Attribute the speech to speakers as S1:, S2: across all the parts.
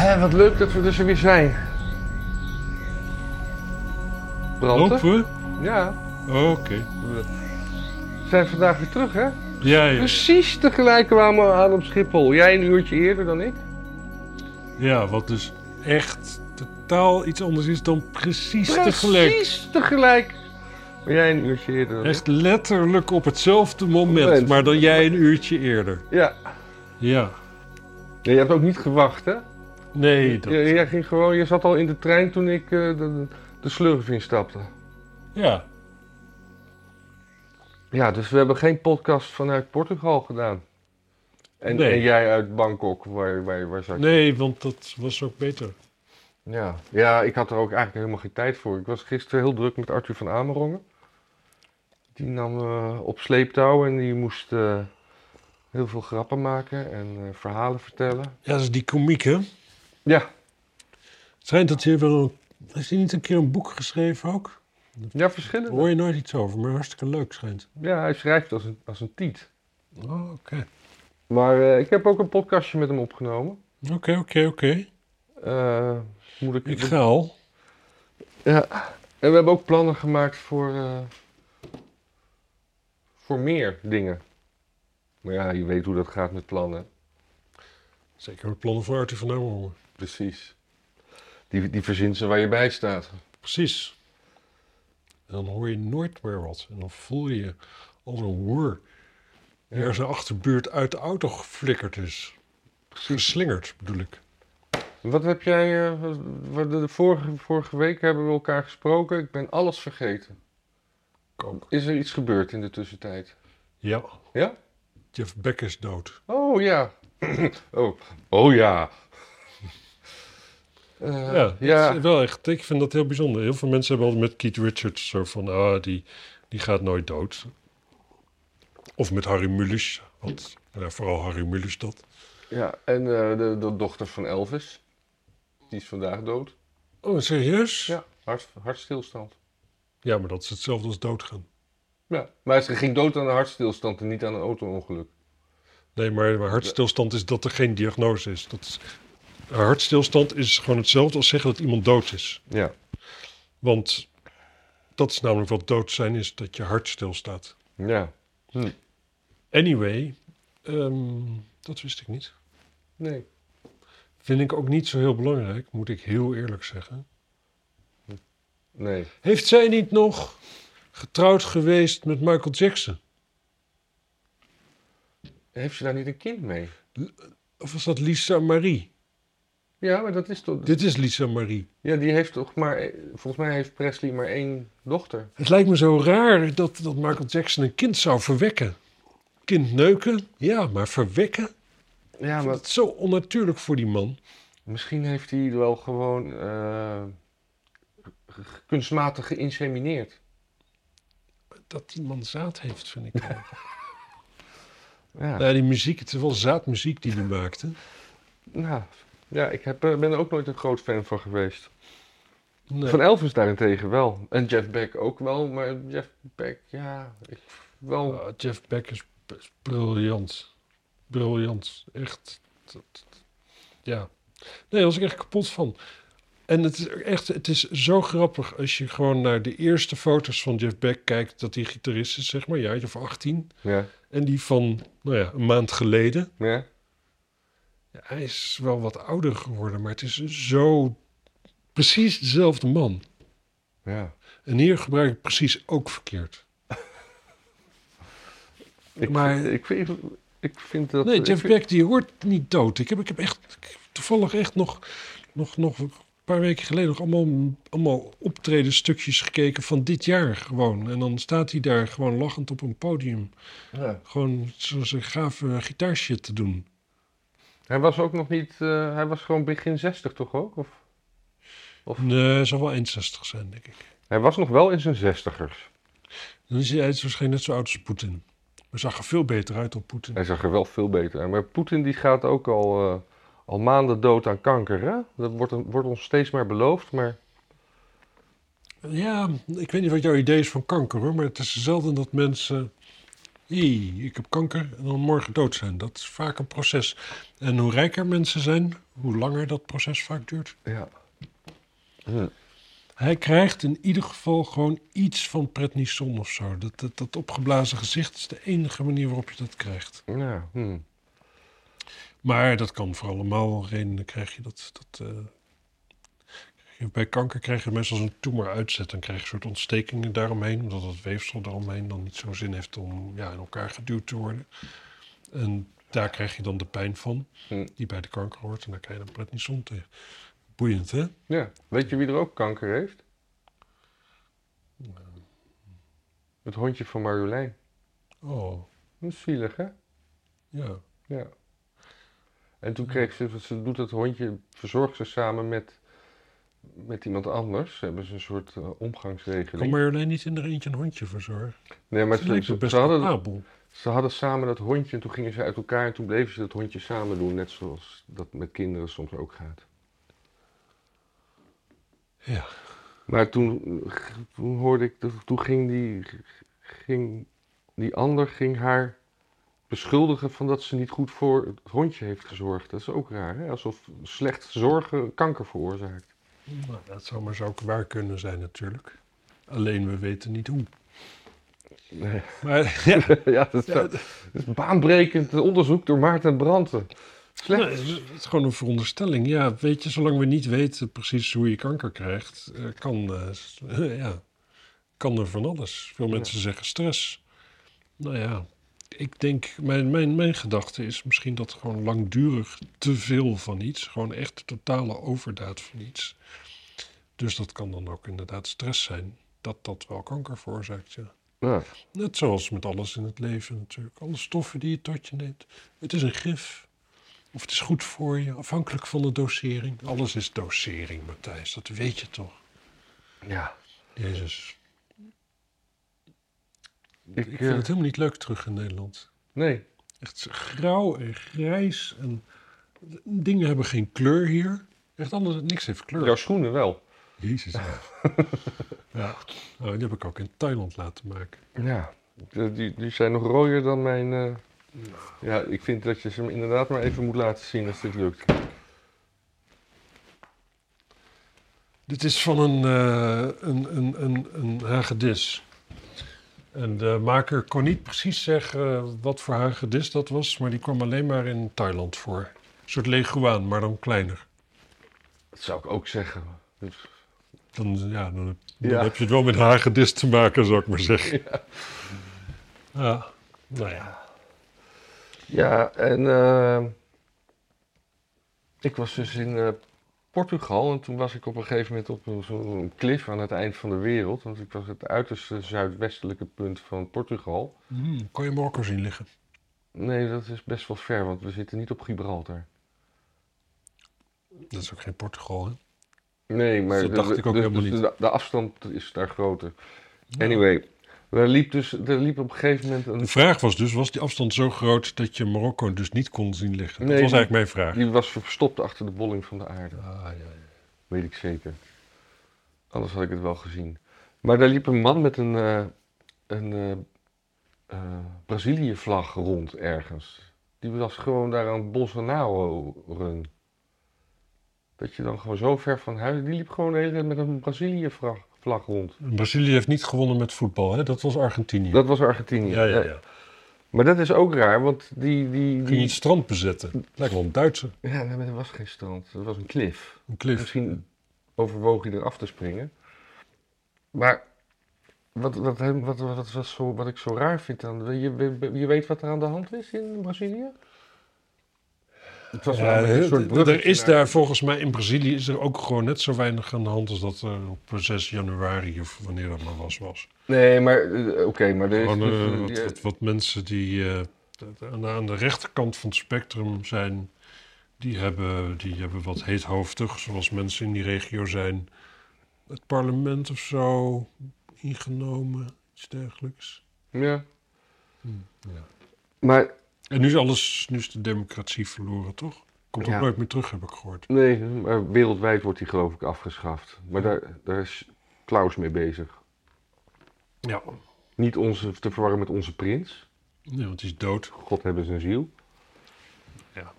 S1: Hé, wat leuk dat we er zo weer zijn. Branten?
S2: Lopen we?
S1: Ja,
S2: Oh, Oké.
S1: we zijn vandaag weer terug, hè?
S2: Ja, ja.
S1: Precies tegelijk kwamen we aan op Schiphol. Jij een uurtje eerder dan ik.
S2: ja, wat dus echt totaal iets anders is dan precies, tegelijk.
S1: Precies tegelijk. Maar jij een uurtje eerder dan ik.
S2: Echt letterlijk op hetzelfde moment,
S1: Moment.
S2: maar dan jij een uurtje eerder.
S1: Ja.
S2: Ja.
S1: Ja, je hebt ook niet gewacht, hè?
S2: Nee, dat...
S1: Je, jij ging gewoon, je zat al in de trein toen ik eh, de, de slurf instapte.
S2: Ja.
S1: Ja, dus we hebben geen podcast vanuit Portugal gedaan. En,
S2: Nee.
S1: en jij uit Bangkok, waar, waar, waar zat je?
S2: Nee, want dat was ook beter.
S1: Ja. ja, ik had er ook eigenlijk helemaal geen tijd voor. Ik was gisteren heel druk met Arthur van Amerongen. Die nam eh, op sleeptouw en die moest eh, heel veel grappen maken en eh, verhalen vertellen.
S2: Ja, dat is die komiek, hè?
S1: Ja,
S2: Schijnt dat hij wel... een- Heeft hij niet een keer een boek geschreven ook?
S1: ja
S2: Daar
S1: verschillende.
S2: hoor je nooit iets over, maar hartstikke leuk schijnt.
S1: Ja, hij schrijft als een, als een tiet.
S2: Oh, oké.
S1: Maar eh, ik heb ook een podcastje met hem opgenomen.
S2: Oké, oké, oké.
S1: Eh, moet ik,
S2: Ik ga al.
S1: Ja, en we hebben ook plannen gemaakt voor, eh, voor meer dingen. Maar ja, je weet hoe dat gaat met plannen.
S2: Zeker met plannen voor Artie van Amerongen.
S1: Precies. Die, die verzint ze waar je bij staat.
S2: Precies. En dan hoor je nooit meer wat. En dan voel je als een woer die er zijn achterbuurt uit de auto geflikkerd is. Geslingerd, bedoel ik.
S1: Wat heb jij... eh, wat- wat- de vorige, vorige week hebben we elkaar gesproken. Ik ben alles vergeten.
S2: Ook.
S1: Is er iets gebeurd in de tussentijd?
S2: Ja,
S1: Ja?
S2: Jeff Beck is dood.
S1: Oh ja. oh. oh ja. Eh,
S2: ja, dat
S1: ja.
S2: is wel echt. Ik vind dat heel bijzonder. Heel veel mensen hebben altijd met Keith Richards zo van, ah, die, die gaat nooit dood. Of met Harry Mulisch. Want, ja, vooral Harry Mulisch dat.
S1: ja. En eh, de, de dochter van Elvis. Die is vandaag dood.
S2: Oh, serieus?
S1: Ja, hart, hartstilstand.
S2: ja, maar dat is hetzelfde als doodgaan.
S1: Ja. Maar ze ging dood aan een hartstilstand en niet aan een auto-ongeluk.
S2: Nee, maar maar hartstilstand is dat er geen diagnose is. Dat is een hartstilstand is gewoon hetzelfde als zeggen dat iemand dood is.
S1: Ja.
S2: Want dat is namelijk wat dood zijn is, dat je hart stilstaat.
S1: Ja.
S2: Anyway, ehm, dat wist ik niet.
S1: Nee.
S2: Vind ik ook niet zo heel belangrijk, moet ik heel eerlijk zeggen.
S1: Nee.
S2: Heeft zij niet nog getrouwd geweest met Michael Jackson?
S1: Heeft ze daar niet een kind mee?
S2: Of was dat Lisa Marie?
S1: Ja, maar dat is toch...
S2: Dit is Lisa Marie.
S1: Dus- Ja, die heeft toch maar... eh, Volgens mij heeft Presley maar één dochter.
S2: Het lijkt me zo raar dat, dat Michael Jackson een kind zou verwekken. Kind neuken, ja, maar verwekken?
S1: Ja,
S2: Dat is zo onnatuurlijk voor die man.
S1: Dus Misschien heeft hij wel gewoon... eh, g- kunstmatig geïnsemineerd.
S2: Dat die man zaad heeft, vind ik. wel.
S1: Ja.
S2: nou, die muziek, het is wel zaadmuziek die hij maakte.
S1: Nou, ja, ik heb, eh, ben er ook nooit een groot fan van geweest.
S2: Nee.
S1: Van Elvis daarentegen wel. En Jeff Beck ook wel, maar Jeff Beck, ja, ik wel...
S2: Ah, Jeff Beck is, is briljant. Briljant, echt. Dat- ja. Nee, daar was ik echt kapot van. En het is echt, het is zo grappig als je gewoon naar de eerste foto's van Jeff Beck kijkt, dat hij gitarist is, zeg maar, een jaartje of 18.
S1: Ja,
S2: En die van, nou ja, een maand geleden.
S1: ja.
S2: Ja, hij is wel wat ouder geworden, maar het is zo precies dezelfde man.
S1: Ja.
S2: En hier gebruik ik precies ook verkeerd.
S1: Ik,
S2: Maar-
S1: vind- ik, vind, ik vind dat... eh,
S2: nee,
S1: ik
S2: Jeff
S1: vind-
S2: Beck die hoort niet dood. Ik heb, ik heb echt ik heb toevallig echt nog, nog, nog een paar weken geleden nog allemaal, allemaal optredenstukjes gekeken van dit jaar gewoon. En dan staat hij daar gewoon lachend op een podium.
S1: Ja.
S2: Gewoon zo'n zo'n gave gitaarshit te doen.
S1: Hij was ook nog niet... eh, hij was gewoon begin 60 toch ook? Of?
S2: Nee, eh, hij zal wel 61 zijn, denk ik.
S1: Hij was nog wel in zijn zestigers.
S2: Dan is hij, hij is waarschijnlijk net zo oud als Poetin. Maar zag er veel beter uit dan Poetin.
S1: Hij zag er wel veel beter uit. Maar Poetin die gaat ook al, eh, al maanden dood aan kanker, hè? Dat wordt, een- wordt ons steeds maar beloofd, maar...
S2: Ja, ik weet niet wat jouw idee is van kanker hoor, maar het is zelden dat mensen Jee, ik heb kanker en dan morgen dood zijn. Dat is vaak een proces. En hoe rijker mensen zijn, hoe langer dat proces vaak duurt.
S1: Ja.
S2: Hij krijgt in ieder geval gewoon iets van prednison of zo. Dat, dat, dat opgeblazen gezicht is de enige manier waarop je dat krijgt.
S1: Ja, hm.
S2: Maar dat kan voor allemaal redenen krijg je dat. dat eh, krijg je- bij kanker krijg je meestal zo'n tumor uitzet. Dan krijg je een soort ontstekingen daaromheen. Omdat het weefsel daaromheen dan niet zo'n zin heeft om ja, in elkaar geduwd te worden. En daar krijg je dan de pijn van.
S1: Hm.
S2: Die bij de kanker hoort. En daar krijg je dan prednison tegen. Boeiend hè?
S1: ja. Weet je wie er ook kanker heeft? Het hondje van Marjolein.
S2: Oh,
S1: Dat is zielig, hè?
S2: ja.
S1: Ja. En toen kreeg ze, ze doet dat hondje, verzorgt ze samen met, met iemand anders. Ze hebben ze een soort eh,
S2: Kan
S1: omgangsregeling.
S2: Marjolein niet in er eentje een hondje verzorgen?
S1: Nee, maar
S2: Het
S1: ze,
S2: lijkt me
S1: ze,
S2: best
S1: ze hadden,
S2: capabel.
S1: ze hadden samen dat hondje en toen gingen ze uit elkaar en toen bleven ze dat hondje samen doen. Net zoals dat met kinderen soms ook gaat.
S2: Ja.
S1: Maar toen, eh, g- toen hoorde ik, dat- toen ging die, g- ging die ander ging haar beschuldigen van dat ze niet goed voor het hondje heeft gezorgd. Dat is ook raar, hè? Alsof slecht zorgen kanker veroorzaakt.
S2: Nou, dat zou maar zo ook waar kunnen zijn natuurlijk. Alleen we weten niet hoe.
S1: Nee.
S2: Maar ja,
S1: ja, dat is,
S2: Ja,
S1: dat is baanbrekend onderzoek door Maarten Branten.
S2: nou,
S1: Slecht.
S2: het is- het is gewoon een veronderstelling. Ja, weet je, zolang we niet weten precies hoe je kanker krijgt, eh, kan, eh, s- ja, kan er van alles. Veel mensen zeggen stress. Nou ja, ik denk, mijn, mijn, mijn gedachte is misschien dat gewoon langdurig te veel van iets, gewoon echt de totale overdaad van iets. Dus dat kan dan ook inderdaad stress zijn, dat dat wel kanker veroorzaakt, ja.
S1: Ja.
S2: Net zoals met alles in het leven natuurlijk. Alle stoffen die je tot je neemt. Het is een gif. Of het is goed voor je, afhankelijk van de dosering. Alles is dosering, Matthijs. Dat weet je toch?
S1: ja.
S2: Jezus. Ik,
S1: Ik,
S2: vind
S1: eh,
S2: het helemaal niet leuk terug in Nederland.
S1: Nee.
S2: Echt grauw en grijs. En dingen hebben geen kleur hier. Echt alles, niks heeft kleur.
S1: Jouw schoenen wel.
S2: Jezus. ja. ja. Nou, die heb ik ook in Thailand laten maken.
S1: Ja. De- Die, die zijn nog rooier dan mijn... eh, Ja, ik vind dat je ze hem inderdaad maar even moet laten zien als dit lukt.
S2: Dit is van een, eh, een, een, een, een hagedis. En de maker kon niet precies zeggen wat voor hagedis dat was, maar die kwam alleen maar in Thailand voor. Een soort leguaan, maar dan kleiner.
S1: Dat zou ik ook zeggen. Dus-
S2: Dan, ja, dan, heb- dan
S1: Ja.
S2: heb je het wel met hagedis te maken, zou ik maar zeggen. Ja, nou ja.
S1: Ja, en eh, ik was dus in eh, Portugal en toen was ik op een gegeven moment op een- zo'n klif aan het eind van de wereld. Want ik was het uiterste zuidwestelijke punt van Portugal.
S2: Mm, kon je Marco zien liggen?
S1: Nee, dat is best wel ver, want we zitten niet op Gibraltar.
S2: Dat is ook geen Portugal, hè?
S1: Nee, maar
S2: Dat dacht
S1: de,
S2: ik ook
S1: de-
S2: helemaal
S1: de-
S2: niet.
S1: De, de afstand is daar groter. Anyway, er liep, dus, er liep op een gegeven moment
S2: De
S1: een...
S2: vraag was dus, was die afstand zo groot dat je Marokko dus niet kon zien liggen?
S1: Nee,
S2: dat was
S1: die-
S2: eigenlijk mijn vraag.
S1: Die was verstopt achter de bolling van de aarde.
S2: Ah, ja, ja.
S1: Weet ik zeker. Anders had ik het wel gezien. Maar daar liep een man met een, eh, een eh, eh, Brazilië-vlag rond ergens. Die was gewoon daar aan het Bolsonaro-run. Dat je dan gewoon zo ver van huis... Die liep gewoon de hele tijd met een Brazilië-vlag vlag rond.
S2: Brazilië heeft niet gewonnen met voetbal, hè? Dat was Argentinië.
S1: Dat was Argentinië.
S2: ja, ja,
S1: Eh,
S2: ja.
S1: Maar dat is ook raar, want die... die,
S2: Ging je het
S1: die
S2: strand bezetten. Lijkt wel een Duitse.
S1: ja, nee, maar er was geen strand. Er was een klif.
S2: Een cliff.
S1: Misschien overwoog hij eraf te springen. Maar wat, wat, hem- wat, wat, wat, wat zo, wat ik zo raar vind dan, je, je- je weet wat er aan de hand is in Brazilië? Het was
S2: Ja,
S1: namelijk een soort
S2: d- d- er
S1: bruggetje
S2: is
S1: naar-
S2: daar volgens mij in Brazilië is er ook gewoon net zo weinig aan de hand als dat er op 6 januari of wanneer dat maar was. was.
S1: Nee, maar eh, oké, maar er is
S2: Gewoon
S1: dus,
S2: eh,
S1: eh,
S2: wat,
S1: ja,
S2: wat, wat mensen die eh, d- aan, de, aan de rechterkant van het spectrum zijn, die hebben, die hebben wat heethoofdig, zoals mensen in die regio zijn, het parlement of zo ingenomen, iets dergelijks.
S1: ja.
S2: Hm, Ja.
S1: Maar
S2: En nu is alles, nu is de democratie verloren, toch? Komt ook
S1: Ja.
S2: nooit meer terug, heb ik gehoord.
S1: nee, maar wereldwijd wordt die geloof ik afgeschaft. Maar daar, daar is Klaus mee bezig.
S2: Ja.
S1: Niet onze, te verwarren met onze prins.
S2: Nee, want hij is dood.
S1: God hebben zijn ziel.
S2: Ja.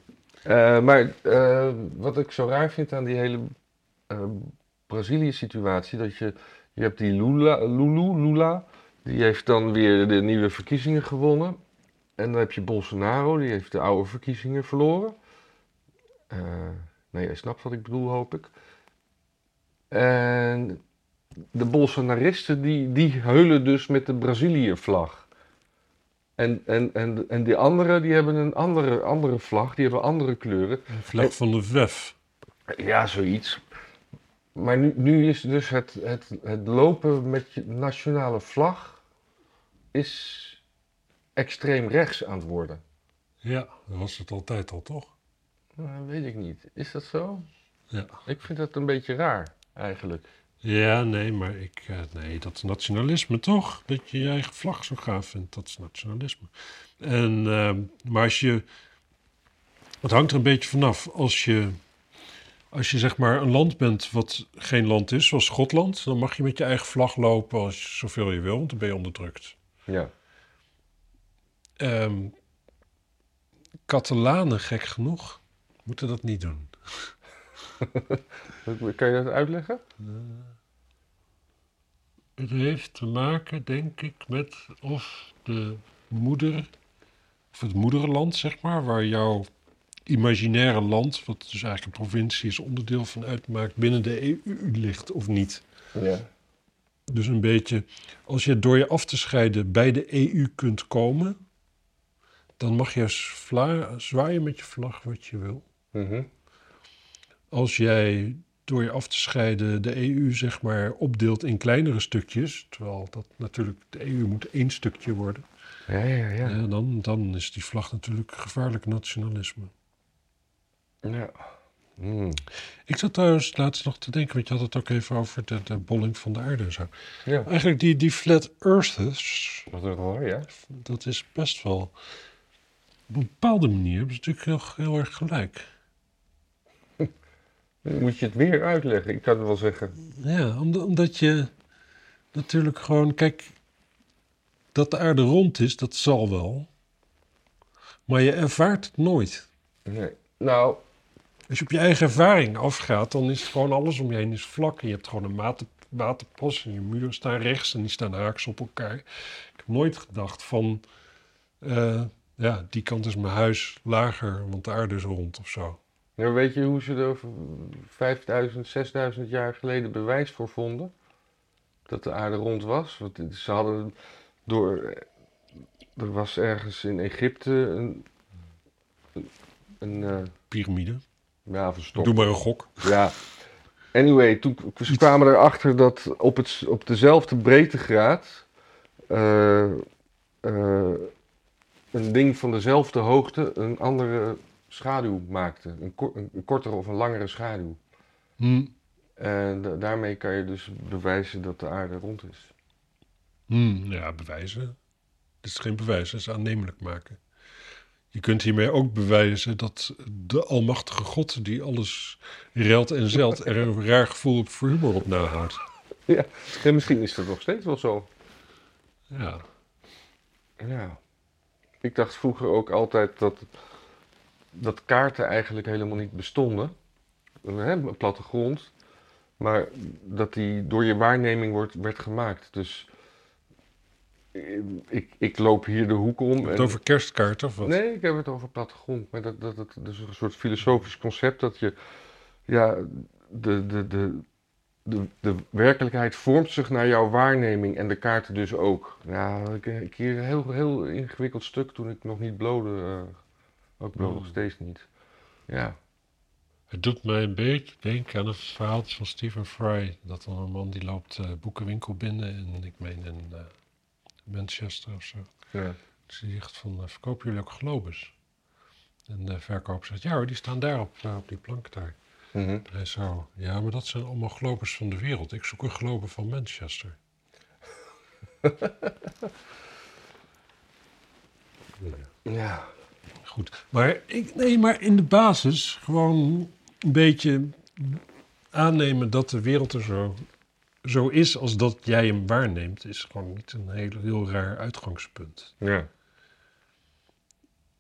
S1: Eh, maar eh, wat ik zo raar vind aan die hele eh, Brazilië-situatie, dat je, je hebt die Lula, Lulu, Lula, die heeft dan weer de nieuwe verkiezingen gewonnen. En dan heb je Bolsonaro, die heeft de oude verkiezingen verloren. Eh, nee, jij snapt wat ik bedoel, hoop ik. En de Bolsonaristen, die, die heulen dus met de Brazilië-vlag. En, en, en, en die anderen, die hebben een andere, andere vlag, die hebben andere kleuren.
S2: Een vlag van de WEF.
S1: Ja, zoiets. Maar nu, nu is dus het, het, het lopen met je nationale vlag is extreem rechts aan het worden.
S2: Ja, dat was het altijd al, toch?
S1: Nou, weet ik niet. Is dat zo?
S2: Ja.
S1: Ik vind dat een beetje raar, eigenlijk.
S2: Ja, nee, maar ik... eh, nee, dat is nationalisme, toch? Dat je je eigen vlag zo gaaf vindt, dat is nationalisme. En, ehm, maar als je... Het hangt er een beetje vanaf. Als je, als je zeg maar een land bent wat geen land is, zoals Schotland... dan mag je met je eigen vlag lopen als zoveel je wil, want dan ben je onderdrukt.
S1: Ja.
S2: Ehm, Catalanen, gek genoeg, moeten dat niet doen.
S1: Kan je dat uitleggen?
S2: Het heeft te maken, denk ik, met of de moeder, of het moederland, zeg maar, waar jouw imaginaire land, wat dus eigenlijk een provincie is, onderdeel van uitmaakt, binnen de EU ligt of niet.
S1: Ja.
S2: Dus een beetje, als je door je af te scheiden bij de EU kunt komen, dan mag je sla- zwaaien met je vlag wat je wil.
S1: Mhm.
S2: als jij door je af te scheiden de EU zeg maar opdeelt in kleinere stukjes, terwijl dat natuurlijk de EU moet één stukje worden,
S1: Ja, ja, ja.
S2: eh, dan, dan is die vlag natuurlijk gevaarlijk nationalisme.
S1: ja. Hmm.
S2: Ik zat trouwens laatst nog te denken, want je had het ook even over de, de bolling van de aarde en zo.
S1: ja.
S2: Eigenlijk die, die flat earthers,
S1: Wat een hoor, ja.
S2: dat is best wel... Op een bepaalde manier hebben ze natuurlijk heel, heel erg gelijk.
S1: Moet je het weer uitleggen? Ik kan het wel zeggen.
S2: Ja, omdat, omdat je natuurlijk gewoon, kijk, dat de aarde rond is, dat zal wel. Maar je ervaart het nooit.
S1: Nee. Nou,
S2: Als je op je eigen ervaring afgaat, dan is het gewoon alles om je heen is vlak. En je hebt gewoon een water, waterpas en je muren staan rechts en die staan haaks op elkaar. Ik heb nooit gedacht van, eh, ja, die kant is mijn huis lager, want de aarde is rond of zo.
S1: Nou, weet je hoe ze er over 5000, 6000 jaar geleden bewijs voor vonden? Dat de aarde rond was? Want ze hadden door. eh, Er was ergens in Egypte een. een eh,
S2: Pyramide.
S1: ja, of een stok.
S2: Doe maar een gok.
S1: Ja. Anyway, toen k- ze kwamen erachter dat op, het, s- op dezelfde breedtegraad eh, eh, een ding van dezelfde hoogte een andere schaduw maakte. Een, ko- een, een kortere of een langere schaduw.
S2: Hm,
S1: En da- daarmee kan je dus bewijzen dat de aarde rond is.
S2: Hmm, ja, bewijzen. Dit is geen bewijs, het is aannemelijk maken. Je kunt hiermee ook bewijzen dat de almachtige God die alles ruilt en zelt er een raar gevoel op- voor humor op nahoudt.
S1: En misschien is dat nog steeds wel zo.
S2: Ja.
S1: Ja. Ik dacht vroeger ook altijd dat, dat kaarten eigenlijk helemaal niet bestonden. Hè, een plattegrond. Maar dat die door je waarneming wordt, werd gemaakt. Dus eh, ik, ik loop hier de hoek om.
S2: Het
S1: en-
S2: over kerstkaarten of wat?
S1: Nee, ik heb het over plattegrond. Maar dat, dat, dat, dat is een soort filosofisch concept dat je. Ja, de, de, de, de, de werkelijkheid vormt zich naar jouw waarneming en de kaarten dus ook. Ja, ik, ik hier een heel, heel ingewikkeld stuk toen ik nog niet blode. eh, ook blode
S2: Oh.
S1: nog steeds niet. Ja.
S2: Het doet mij een beetje denken aan een verhaaltje van Stephen Fry. Dat dan een man die loopt eh, boekenwinkel binnen en ik meen in eh, Manchester of zo.
S1: ja.
S2: Dus die zegt van, eh, verkopen jullie ook globus? En de verkoper zegt, ja hoor, die staan daar op, eh, op die plank daar.
S1: Mhm.
S2: Hij zou, ja, maar dat zijn allemaal globes van de wereld. Ik zoek een globe van Manchester.
S1: ja.
S2: Goed. Maar, ik, nee, maar in de basis gewoon een beetje aannemen dat de wereld er zo, zo is als dat jij hem waarneemt, is gewoon niet een heel, heel raar uitgangspunt.
S1: Ja.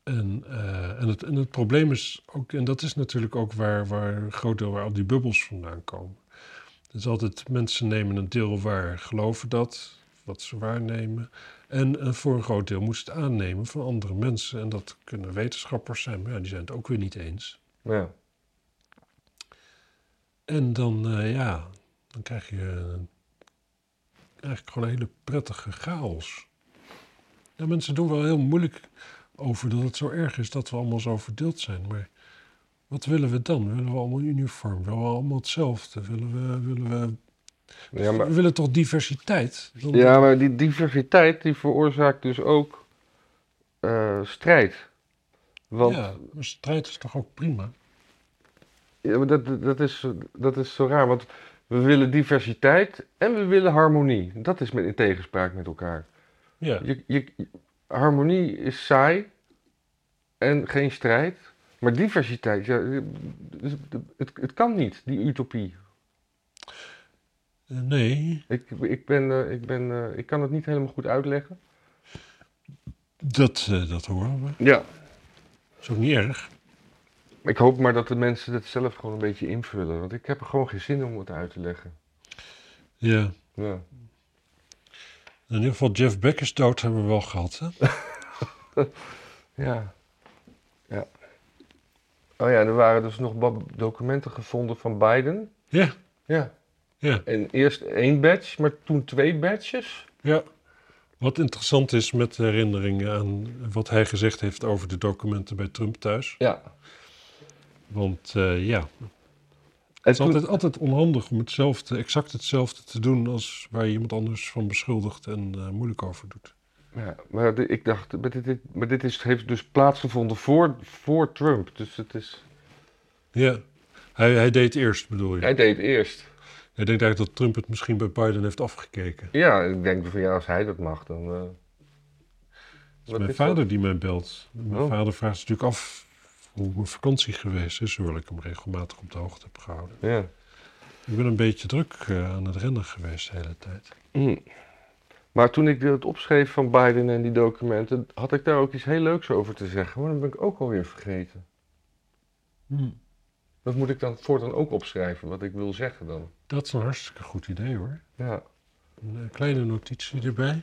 S2: En, eh, en, het, en het probleem is ook, en dat is natuurlijk ook waar, waar een groot deel waar al die bubbels vandaan komen. Het is altijd mensen nemen een deel waar, geloven dat, wat ze waarnemen. En eh, voor een groot deel moeten ze het aannemen van andere mensen. En dat kunnen wetenschappers zijn, maar ja, die zijn het ook weer niet eens.
S1: Ja.
S2: En dan, eh, ja, dan krijg je eh, eigenlijk gewoon een hele prettige chaos. Ja, mensen doen wel heel moeilijk over dat het zo erg is dat we allemaal zo verdeeld zijn. Maar wat willen we dan? Willen we allemaal uniform? Willen we allemaal hetzelfde? Willen we, willen we,
S1: Ja, maar,
S2: we willen toch diversiteit? Dan-
S1: ja, maar die diversiteit die veroorzaakt dus ook eh, strijd. Want
S2: Ja, maar strijd is toch ook prima?
S1: Ja, maar dat, dat- dat, is, dat is zo raar, want we willen diversiteit en we willen harmonie. Dat is met, in tegenspraak met elkaar.
S2: Ja,
S1: Je, je, harmonie is saai en geen strijd, maar diversiteit, ja, dus het, het kan niet, die utopie.
S2: eh, nee,
S1: Ik, ik, ben, eh, ik, ben, eh, ik kan het niet helemaal goed uitleggen.
S2: dat, eh, dat horen we.
S1: Ja.
S2: is ook niet erg.
S1: Ik hoop maar dat de mensen dat zelf gewoon een beetje invullen, want ik heb er gewoon geen zin om het uit te leggen.
S2: Ja.
S1: Ja.
S2: In ieder geval, Jeff Beck is dood, hebben we wel gehad. Hè?
S1: Ja. Ja. Oh ja, er waren dus nog ba- documenten gevonden van Biden.
S2: Ja,
S1: Ja.
S2: ja,
S1: En eerst één badge, maar toen twee badges.
S2: ja. Wat interessant is met de herinneringen aan wat hij gezegd heeft over de documenten bij Trump thuis.
S1: Ja.
S2: Want eh, ja, het
S1: En
S2: is
S1: toen,
S2: altijd, altijd onhandig om hetzelfde, exact hetzelfde te doen als waar je iemand anders van beschuldigt en eh, moeilijk over doet.
S1: ja, maar de- ik dacht, maar dit, dit- maar dit is, heeft dus plaatsgevonden voor, voor Trump. Dus het is...
S2: Ja, hij, hij deed eerst bedoel je.
S1: Hij deed eerst.
S2: Hij denkt eigenlijk dat Trump het misschien bij Biden heeft afgekeken.
S1: Ja, ik denk van ja, als hij dat mag, dan... eh,
S2: Het
S1: wat
S2: is mijn
S1: dat?
S2: vader die mij belt. Mijn
S1: Oh.
S2: vader vraagt zich natuurlijk af hoe mijn vakantie geweest is, hoewel ik hem regelmatig op de hoogte heb gehouden.
S1: Ja.
S2: Ik ben een beetje druk eh, aan het rennen geweest de hele tijd.
S1: Mm. Maar toen ik het opschreef van Biden en die documenten, had ik daar ook iets heel leuks over te zeggen. Maar dat ben ik ook alweer vergeten. Dat moet ik dan voortaan ook opschrijven, wat ik wil zeggen dan.
S2: Dat is een hartstikke goed idee hoor.
S1: Ja,
S2: Een eh, kleine notitie erbij.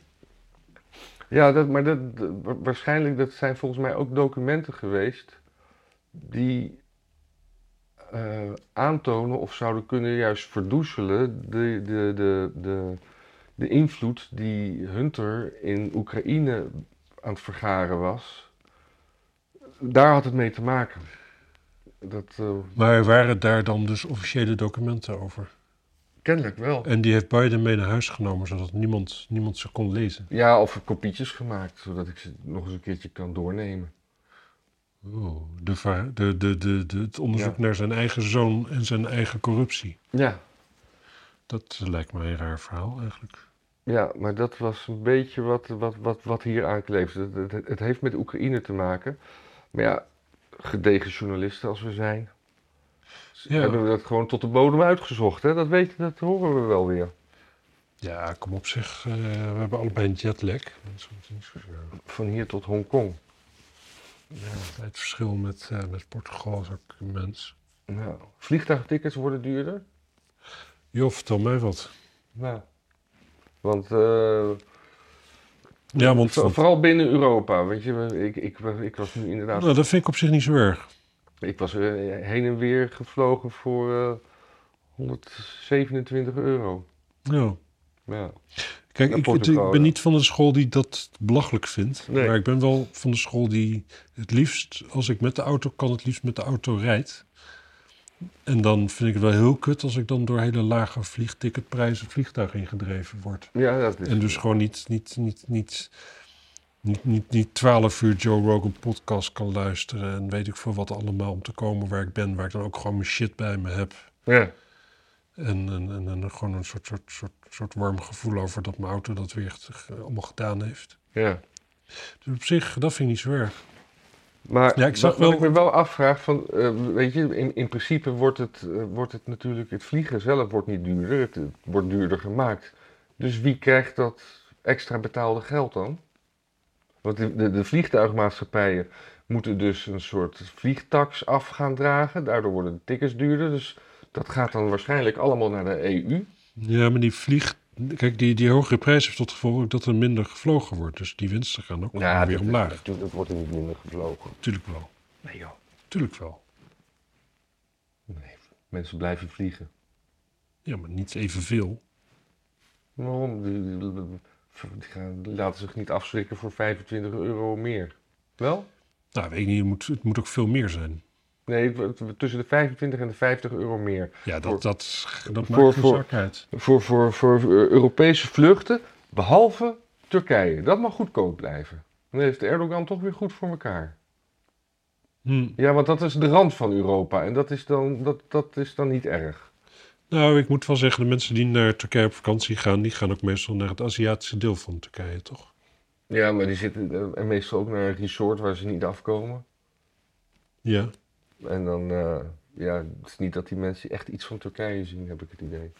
S1: ja dat, maar dat, dat- wa- waarschijnlijk dat zijn volgens mij ook documenten geweest die eh, aantonen of zouden kunnen juist verdoezelen de, de, de, de, de invloed die Hunter in Oekraïne aan het vergaren was. Daar had het mee te maken. Dat eh,
S2: Maar waren daar dan dus officiële documenten over?
S1: kennelijk wel.
S2: En die heeft Biden mee naar huis genomen, zodat niemand, niemand ze kon lezen.
S1: Ja, of kopietjes gemaakt, zodat ik ze nog eens een keertje kan doornemen.
S2: Oh, de, va- de, de, de, de- het onderzoek
S1: Ja.
S2: naar zijn eigen zoon en zijn eigen corruptie.
S1: Ja,
S2: Dat eh, lijkt mij een raar verhaal eigenlijk.
S1: Ja, maar dat was een beetje wat, wat, wat, wat hier aankleeft. Het, het, het heeft met Oekraïne te maken. Maar ja, gedegen journalisten als we zijn, hebben
S2: Ja,
S1: we dat gewoon tot de bodem uitgezocht. Hè? Dat weten, dat horen we wel weer.
S2: ja kom op zich. eh, we hebben allebei een jetlag. Dat is niet zo erg.
S1: Van hier tot Hongkong.
S2: Ja, het verschil met, eh, met Portugal is ook immens.
S1: Nou, vliegtuigtickets worden duurder.
S2: Jo, vertel mij wat.
S1: Nou. Want eh,
S2: Ja, want...
S1: vo-
S2: want-
S1: vooral binnen Europa. Weet je, ik, ik, was- ik was nu inderdaad.
S2: nou, dat vind ik op zich niet zo erg.
S1: Ik was eh, heen en weer gevlogen voor eh, 127 euro.
S2: Ja.
S1: Ja.
S2: Kijk,
S1: Naar
S2: ik, het-
S1: Portugal,
S2: ik ben
S1: ja.
S2: niet van de school die dat belachelijk vindt.
S1: Nee.
S2: Maar ik ben wel van de school die het liefst, als ik met de auto kan, het liefst met de auto rijdt. En dan vind ik het wel heel kut als ik dan door hele lage vliegticketprijzen vliegtuig ingedreven word.
S1: ja, dat is.
S2: En dus gewoon niet, niet, niet, niet, niet, niet, niet 12 uur Joe Rogan podcast kan luisteren. En weet ik veel wat allemaal om te komen waar ik ben. Waar ik dan ook gewoon mijn shit bij me heb.
S1: Ja.
S2: En, en, en, en gewoon een soort, soort, soort, soort warm gevoel over dat mijn auto dat weer echt, eh, allemaal gedaan heeft.
S1: ja.
S2: Dus op zich, dat vind ik niet zo erg.
S1: Maar
S2: Ja, ik zag
S1: wat, wat
S2: wel-
S1: ik me wel afvraag, van, eh, weet je, in, in principe wordt het, eh, wordt het natuurlijk, het vliegen zelf wordt niet duurder, het, het wordt duurder gemaakt. Dus wie krijgt dat extra betaalde geld dan? Want de, de, de vliegtuigmaatschappijen moeten dus een soort vliegtax af gaan dragen. Daardoor worden de tickets duurder. Dus dat gaat dan waarschijnlijk allemaal naar de E EU.
S2: Ja, maar die vlieg... Kijk, die, die hogere prijs heeft tot gevolg ook dat er minder gevlogen wordt. Dus die winsten gaan ook weer
S1: dat-
S2: omlaag.
S1: Dat, dat wordt er niet minder gevlogen.
S2: Tuurlijk wel.
S1: Nee joh.
S2: Tuurlijk wel.
S1: Nee, mensen blijven vliegen.
S2: Ja, maar niet evenveel.
S1: Waarom? Die, die- die- die gaan- die laten zich niet afschrikken voor 25 euro meer. Wel?
S2: Nou, weet ik niet. Het moet, het moet ook veel meer zijn.
S1: Nee, het- het- tussen de 25 en de 50 euro meer.
S2: Ja, dat,
S1: Voor-
S2: dat, dat
S1: voor-
S2: maakt een
S1: voor-
S2: zak uit.
S1: Voor, voor, voor eh, Europese vluchten, behalve Turkije. Dat mag goedkoop blijven. Dan heeft Erdogan toch weer goed voor elkaar.
S2: Hm.
S1: Ja, want dat is de rand van Europa. En dat is dan, dat, dat is dan niet erg.
S2: Nou, ik moet wel zeggen, de mensen die naar Turkije op vakantie gaan, die gaan ook meestal naar het Aziatische deel van Turkije, toch?
S1: Ja, maar die zitten eh, en meestal ook naar een resort waar ze niet afkomen.
S2: Ja.
S1: En dan, eh, ja, het is niet dat die mensen echt iets van Turkije zien, heb ik het idee.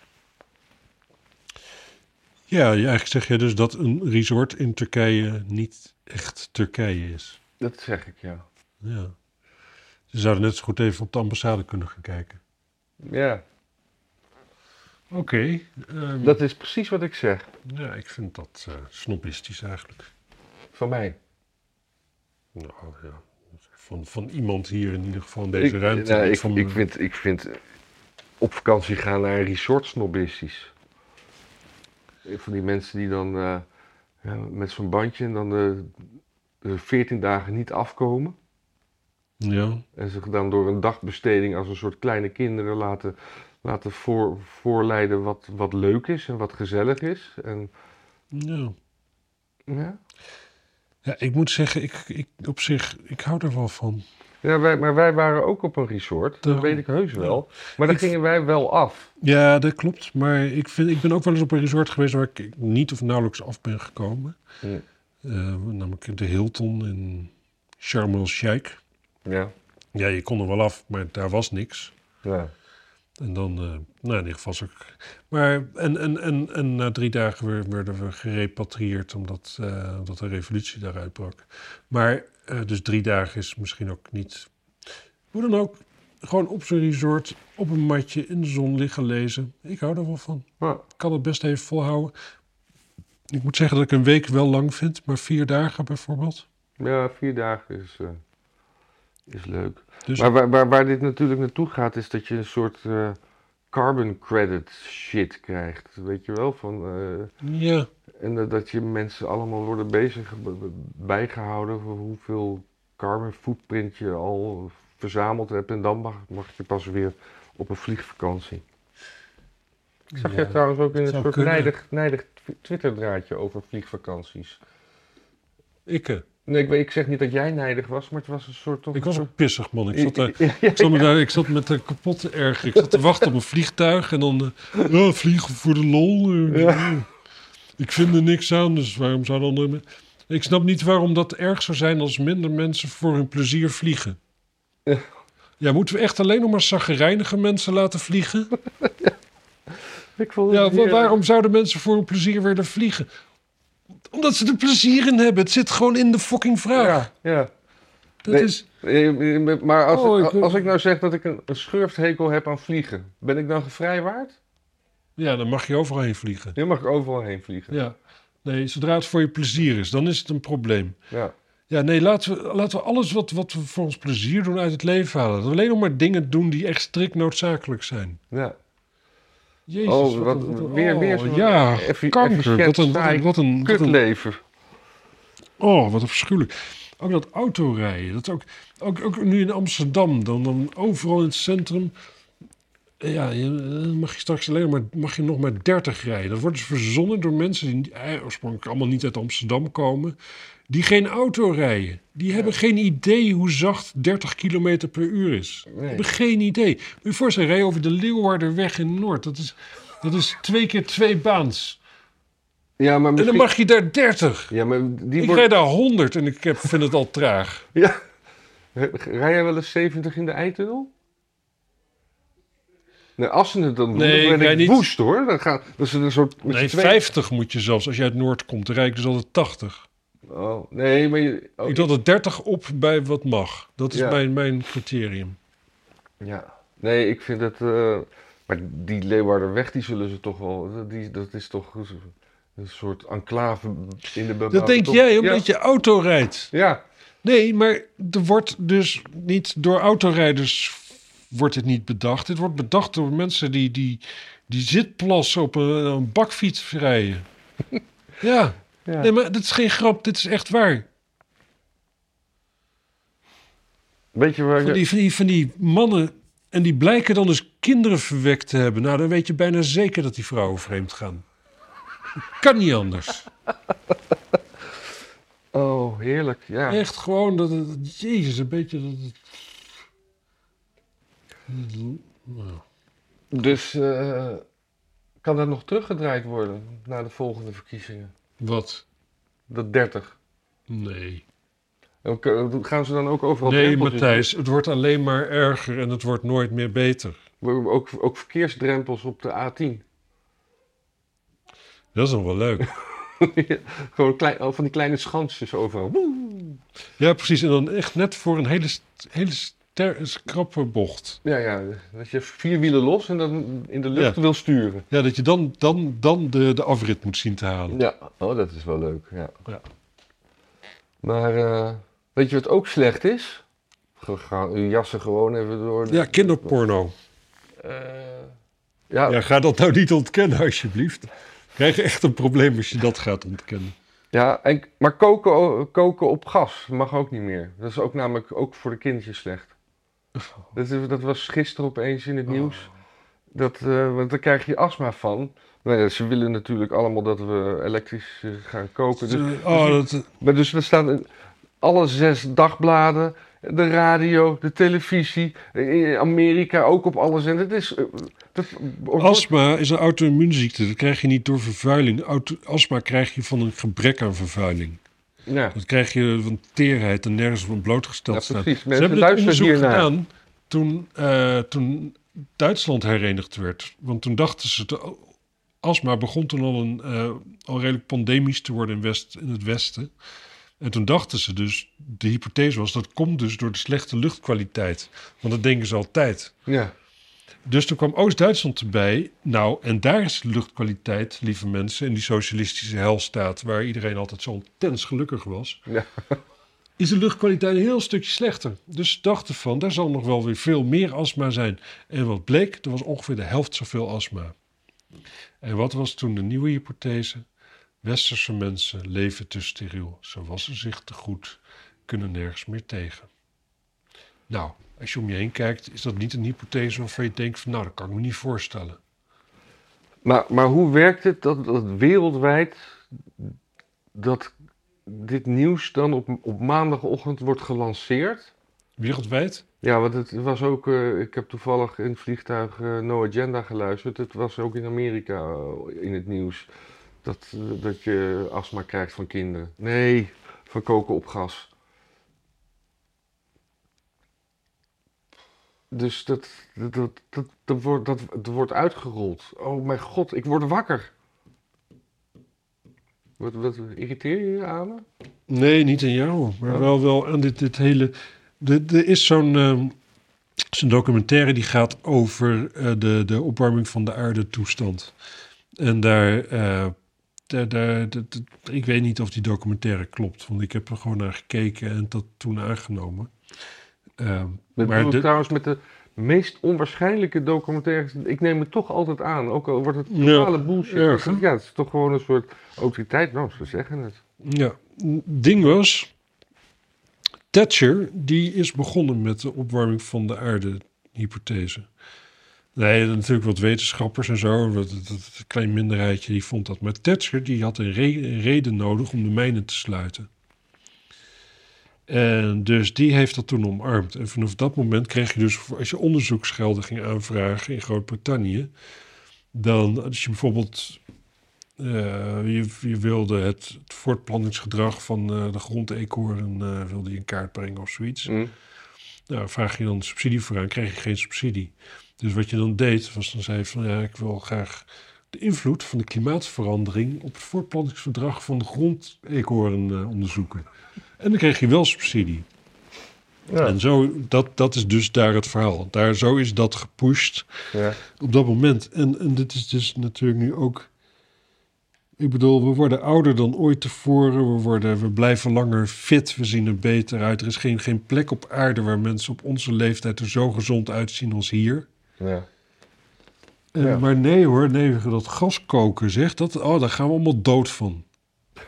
S2: Ja, ja, eigenlijk zeg je dus dat een resort in Turkije niet echt Turkije is.
S1: Dat zeg ik, ja.
S2: Ja. Ze zouden net zo goed even op de ambassade kunnen gaan kijken.
S1: Ja,
S2: Oké. ehm,
S1: dat is precies wat ik zeg.
S2: Ja, ik vind dat eh snobistisch eigenlijk.
S1: Van mij.
S2: Nou, ja. Van, van iemand hier in ieder geval in deze
S1: ik,
S2: ruimte.
S1: nou, ik,
S2: van,
S1: ik vind, ik vind eh, op vakantie gaan naar een resort snobistisch. Eh, Van die mensen die dan eh, ja, met zo'n bandje en dan de, de 14 dagen niet afkomen.
S2: Ja.
S1: En zich dan door een dagbesteding als een soort kleine kinderen laten, laten voor, voorleiden wat, wat leuk is en wat gezellig is. En,
S2: ja.
S1: ja.
S2: Ja, ik moet zeggen, ik, ik, op zich, ik hou er wel van.
S1: Ja, wij, maar wij waren ook op een resort, dat
S2: Daarom.
S1: weet ik heus wel. Maar daar gingen wij wel af.
S2: Ja, dat klopt. Maar ik, vind, ik ben ook wel eens op een resort geweest waar ik niet of nauwelijks af ben gekomen.
S1: Ja.
S2: Eh, namelijk de Hilton in Sharm el Sheikh.
S1: Ja,
S2: Ja, je kon er wel af, maar daar was niks.
S1: ja.
S2: En dan, eh nou in ieder geval was ik... Maar, en, en, en, en na drie dagen weer- werden we gerepatrieerd omdat, eh omdat de revolutie daar uitbrak. Maar, eh, dus drie dagen is misschien ook niet... Hoe dan ook, gewoon op zo'n resort, op een matje, in de zon liggen lezen. Ik hou er wel van.
S1: Ja.
S2: Ik kan het best even volhouden. Ik moet zeggen dat ik een week wel lang vind, maar vier dagen bijvoorbeeld.
S1: Ja, vier dagen is, eh, is leuk.
S2: Dus
S1: Maar waar, waar, waar dit natuurlijk naartoe gaat, is dat je een soort eh, carbon credit shit krijgt. Weet je wel? Van, eh,
S2: ja,
S1: en dat- dat je mensen allemaal worden bezig b- b- bijgehouden voor hoeveel carbon footprint je al verzameld hebt. En dan mag, mag je pas weer op een vliegvakantie. Ik zag je
S2: Ja,
S1: trouwens ook in
S2: dat
S1: een
S2: zou
S1: soort
S2: kunnen.
S1: nijdig, nijdig tw- Twitterdraadje over vliegvakanties.
S2: ik, eh,
S1: Nee, ik, weet- ik zeg niet dat jij nijdig was, maar het was een soort... toch
S2: ik
S1: een
S2: was
S1: soort-
S2: ook pissig, man. Ik zat daar...
S1: Ja, ja,
S2: Ik zat, me daar, ik zat met een kapotte erg. Ik zat te wachten op een vliegtuig en dan eh, oh, vliegen voor de lol. eh, eh. Ik vind er niks aan, dus waarom zou dan. eh, Ik snap niet waarom dat erg zou zijn als minder mensen voor hun plezier vliegen.
S1: Ja.
S2: Ja, moeten we echt alleen nog maar zaggerijnige mensen laten vliegen?
S1: Ik vond
S2: Ja,
S1: het
S2: wa-
S1: heerlijk.
S2: waarom zouden mensen voor hun plezier willen vliegen? Omdat ze er plezier in hebben. Het zit gewoon in de fucking vraag.
S1: Ja.
S2: Dat
S1: Nee.
S2: is...
S1: Eh, eh, Maar als,
S2: Oh, ik-
S1: als ik nou zeg dat ik een, een schurfthekel heb aan vliegen, ben ik dan gevrijwaard?
S2: Ja, dan mag je overal heen vliegen.
S1: Nu mag ik overal heen vliegen.
S2: Ja. Nee, zodra het voor je plezier is, dan is het een probleem.
S1: Ja.
S2: Ja, nee, laten we, laten we alles wat, wat we voor ons plezier doen uit het leven halen. Dat we alleen nog maar dingen doen die echt strikt noodzakelijk zijn.
S1: ja.
S2: Jezus,
S1: Oh, wat-
S2: een- een-
S1: weer- weer zo'n
S2: ja,
S1: effi-
S2: kanker.
S1: efficiënt,
S2: Wat een, wat
S1: saai
S2: een, wat een, wat een-
S1: Kutleven.
S2: oh, wat een afschuwelijk. Ook dat autorijden. Dat ook, ook, ook nu in Amsterdam, dan, dan overal in het centrum. Ja, je- eh, mag je straks alleen maar, mag je nog maar 30 rijden. Dat wordt dus verzonnen door mensen die eh, oorspronkelijk allemaal niet uit Amsterdam komen. Die geen auto rijden. Die hebben geen idee hoe zacht 30 km per uur is.
S1: Nee.
S2: Die hebben geen idee. Moet je je voorstellen, rij je over de Leeuwarderweg in Noord. Dat is, dat is twee keer twee baans.
S1: Ja, maar
S2: En dan
S1: misschien...
S2: mag je daar 30.
S1: Ja, maar die
S2: Ik
S1: wordt...
S2: rijd daar 100 en ik heb, vind het al traag.
S1: Ja. Rij jij wel eens 70 in de eitunnel? Nee, als ze het dan doen,
S2: Nee, ik
S1: dan ben
S2: rij
S1: ik
S2: niet.
S1: woest hoor. Dan, gaan, dan is het een soort... met
S2: Nee,
S1: z'n tweeën-
S2: 50 moet je zelfs. Als je uit Noord komt, dan rijd ik dus altijd 80.
S1: Oh, nee, maar je... oh,
S2: Ik doe er 30 op bij wat mag. Dat is
S1: Ja.
S2: mijn, mijn criterium.
S1: Ja. Nee, ik vind het... eh, maar die Leeuwardenweg, die zullen ze toch wel... Die, dat is toch een soort enclave in de bebouwde
S2: Dat denk
S1: kom.
S2: jij omdat
S1: Nou, ja.
S2: je auto rijdt.
S1: Ja,
S2: Nee, maar er wordt dus niet door autorijders wordt het niet bedacht. Het wordt bedacht door mensen die, die, die zitplassen op een, een bakfiets rijden. ja.
S1: ja.
S2: nee, maar dit is geen grap. Dit is echt waar.
S1: Weet je waar...
S2: Van
S1: ik-
S2: die, van, die, van die mannen. En die blijken dan dus kinderen verwekt te hebben. Nou, dan weet je bijna zeker dat die vrouwen vreemd gaan. Kan niet anders.
S1: Oh, heerlijk, ja.
S2: Echt gewoon dat het. Jezus, een beetje dat het.
S1: Dus eh, kan dat nog teruggedraaid worden na de volgende verkiezingen?
S2: Wat?
S1: Dat 30.
S2: Nee.
S1: En k- gaan ze dan ook overal
S2: Nee,
S1: drempeltjes-
S2: Matthijs, het wordt alleen maar erger en het wordt nooit meer beter.
S1: Ook, ook verkeersdrempels op de A10.
S2: Dat is nog wel leuk.
S1: Gewoon klein, van die kleine schansjes overal. Woe!
S2: Ja, precies. En dan echt net voor een hele, st- hele ster, krappe bocht.
S1: Ja, ja. Dat je vier wielen los en dan in de lucht
S2: Ja.
S1: wil sturen.
S2: Ja, dat je dan, dan, dan de, de afrit moet zien te halen.
S1: Ja, oh, dat is wel leuk. Ja.
S2: Ja.
S1: Maar eh, weet je wat ook slecht is? We gaan uw jassen gewoon even door. de-
S2: Ja, kinderporno.
S1: Eh, ja,
S2: Ja, ga dat nou niet ontkennen, alsjeblieft. Krijg je echt een probleem als je dat gaat ontkennen.
S1: Ja, en, maar koken, o- koken op gas mag ook niet meer. Dat is ook namelijk ook voor de kindertjes slecht.
S2: Oh.
S1: Dat, is- dat was gisteren opeens in het nieuws. Dat, eh, want daar krijg je astma van. Nou ja, ze willen natuurlijk allemaal dat we elektrisch eh, gaan koken. Dus,
S2: Oh, dat,
S1: maar dus er staan in alle zes dagbladen, de radio, de televisie, in Amerika ook op alles. En het is... eh, dat,
S2: astma is een auto-immuunziekte. Dat krijg je niet door vervuiling. Auto, astma krijg je van een gebrek aan vervuiling.
S1: ja.
S2: Dat krijg je van teerheid en nergens van blootgesteld
S1: Ja,
S2: staat.
S1: precies.
S2: Ze
S1: Mensen
S2: hebben dit
S1: luisteren
S2: onderzoek
S1: hiernaar.
S2: gedaan toen, eh, toen Duitsland herenigd werd. Want toen dachten ze, de astma begon toen al, een, eh, al redelijk pandemisch te worden in, West, in het Westen. En toen dachten ze dus, de hypothese was, dat komt dus door de slechte luchtkwaliteit. Want dat denken ze altijd.
S1: Ja.
S2: Dus toen kwam Oost-Duitsland erbij. Nou, en daar is de luchtkwaliteit, lieve mensen, in die socialistische helstaat waar iedereen altijd zo intens gelukkig was.
S1: Ja.
S2: Is de luchtkwaliteit een heel stukje slechter. Dus ze dachten van, daar zal nog wel weer veel meer astma zijn. En wat bleek, er was ongeveer de helft zoveel astma. En wat was toen de nieuwe hypothese? Westerse mensen leven te steriel. Ze wassen zich te goed, kunnen nergens meer tegen. Nou, als je om je heen kijkt, is dat niet een hypothese waarvan je denkt van nou, dat kan ik me niet voorstellen.
S1: Maar, maar hoe werkt het dat, dat wereldwijd dat dit nieuws dan op, op maandagochtend wordt gelanceerd?
S2: Wereldwijd?
S1: Ja, want het was ook, eh, ik heb toevallig in het vliegtuig eh, No Agenda geluisterd. Het was ook in Amerika eh, in het nieuws dat, eh, dat je astma krijgt van kinderen. Nee, van koken op gas. Dus dat, dat, dat, dat, dat wordt, dat, dat wordt uitgerold. Oh mijn god, ik word wakker. Wat, wat irriteer je je aan me?
S2: Nee, niet aan jou, maar wel, wel aan dit, dit hele... de- Er is zo'n ehm, zo'n documentaire die gaat over eh, de, de opwarming van de aarde toestand. En daar, eh, daar, daar- dat- dat- ik weet niet of die documentaire klopt, want ik heb er gewoon naar gekeken en dat toen aangenomen. Ehm,
S1: Dat doe ik
S2: de-
S1: trouwens met de meest onwaarschijnlijke documentaires. Ik neem het toch altijd aan, ook al wordt het
S2: Ja,
S1: totale bullshit. Dus,
S2: erg, hè?
S1: ja, het is toch gewoon een soort autoriteit. Nou, ze zeggen het.
S2: Ja, ding was. Thatcher, die is begonnen met de opwarming van de aarde-hypothese. Nee, natuurlijk wat wetenschappers en zo, dat, dat, dat- een klein minderheidje die vond dat. Maar Thatcher, die had een, re- een reden nodig om de mijnen te sluiten. En dus die heeft dat toen omarmd. En vanaf dat moment kreeg je dus, voor- als je onderzoeksgelden ging aanvragen in Groot-Brittannië, dan als je bijvoorbeeld eh, je, je wilde het, het voortplantingsgedrag van eh, de grondeekhoorn eh, wilde je in kaart brengen of zoiets.
S1: Mm.
S2: Nou, vraag je dan subsidie voor aan, kreeg je geen subsidie. Dus wat je dan deed, was dan zei je van ja, ik wil graag de invloed van de klimaatsverandering op het voortplantingsverdrag van grondeekhoorn eh, onderzoeken. En dan kreeg je wel subsidie.
S1: Ja.
S2: En zo, dat, dat is dus daar het verhaal. Daar, zo is dat gepusht
S1: Ja.
S2: op dat moment. En, en dit is dus natuurlijk nu ook... Ik bedoel, we worden ouder dan ooit tevoren. We, worden, we blijven langer fit. We zien er beter uit. Er is geen, geen plek op aarde waar mensen op onze leeftijd er zo gezond uitzien als hier.
S1: Ja.
S2: Eh,
S1: Ja.
S2: Maar nee hoor, nee, dat gaskoken zegt, dat, oh, daar gaan we allemaal dood van.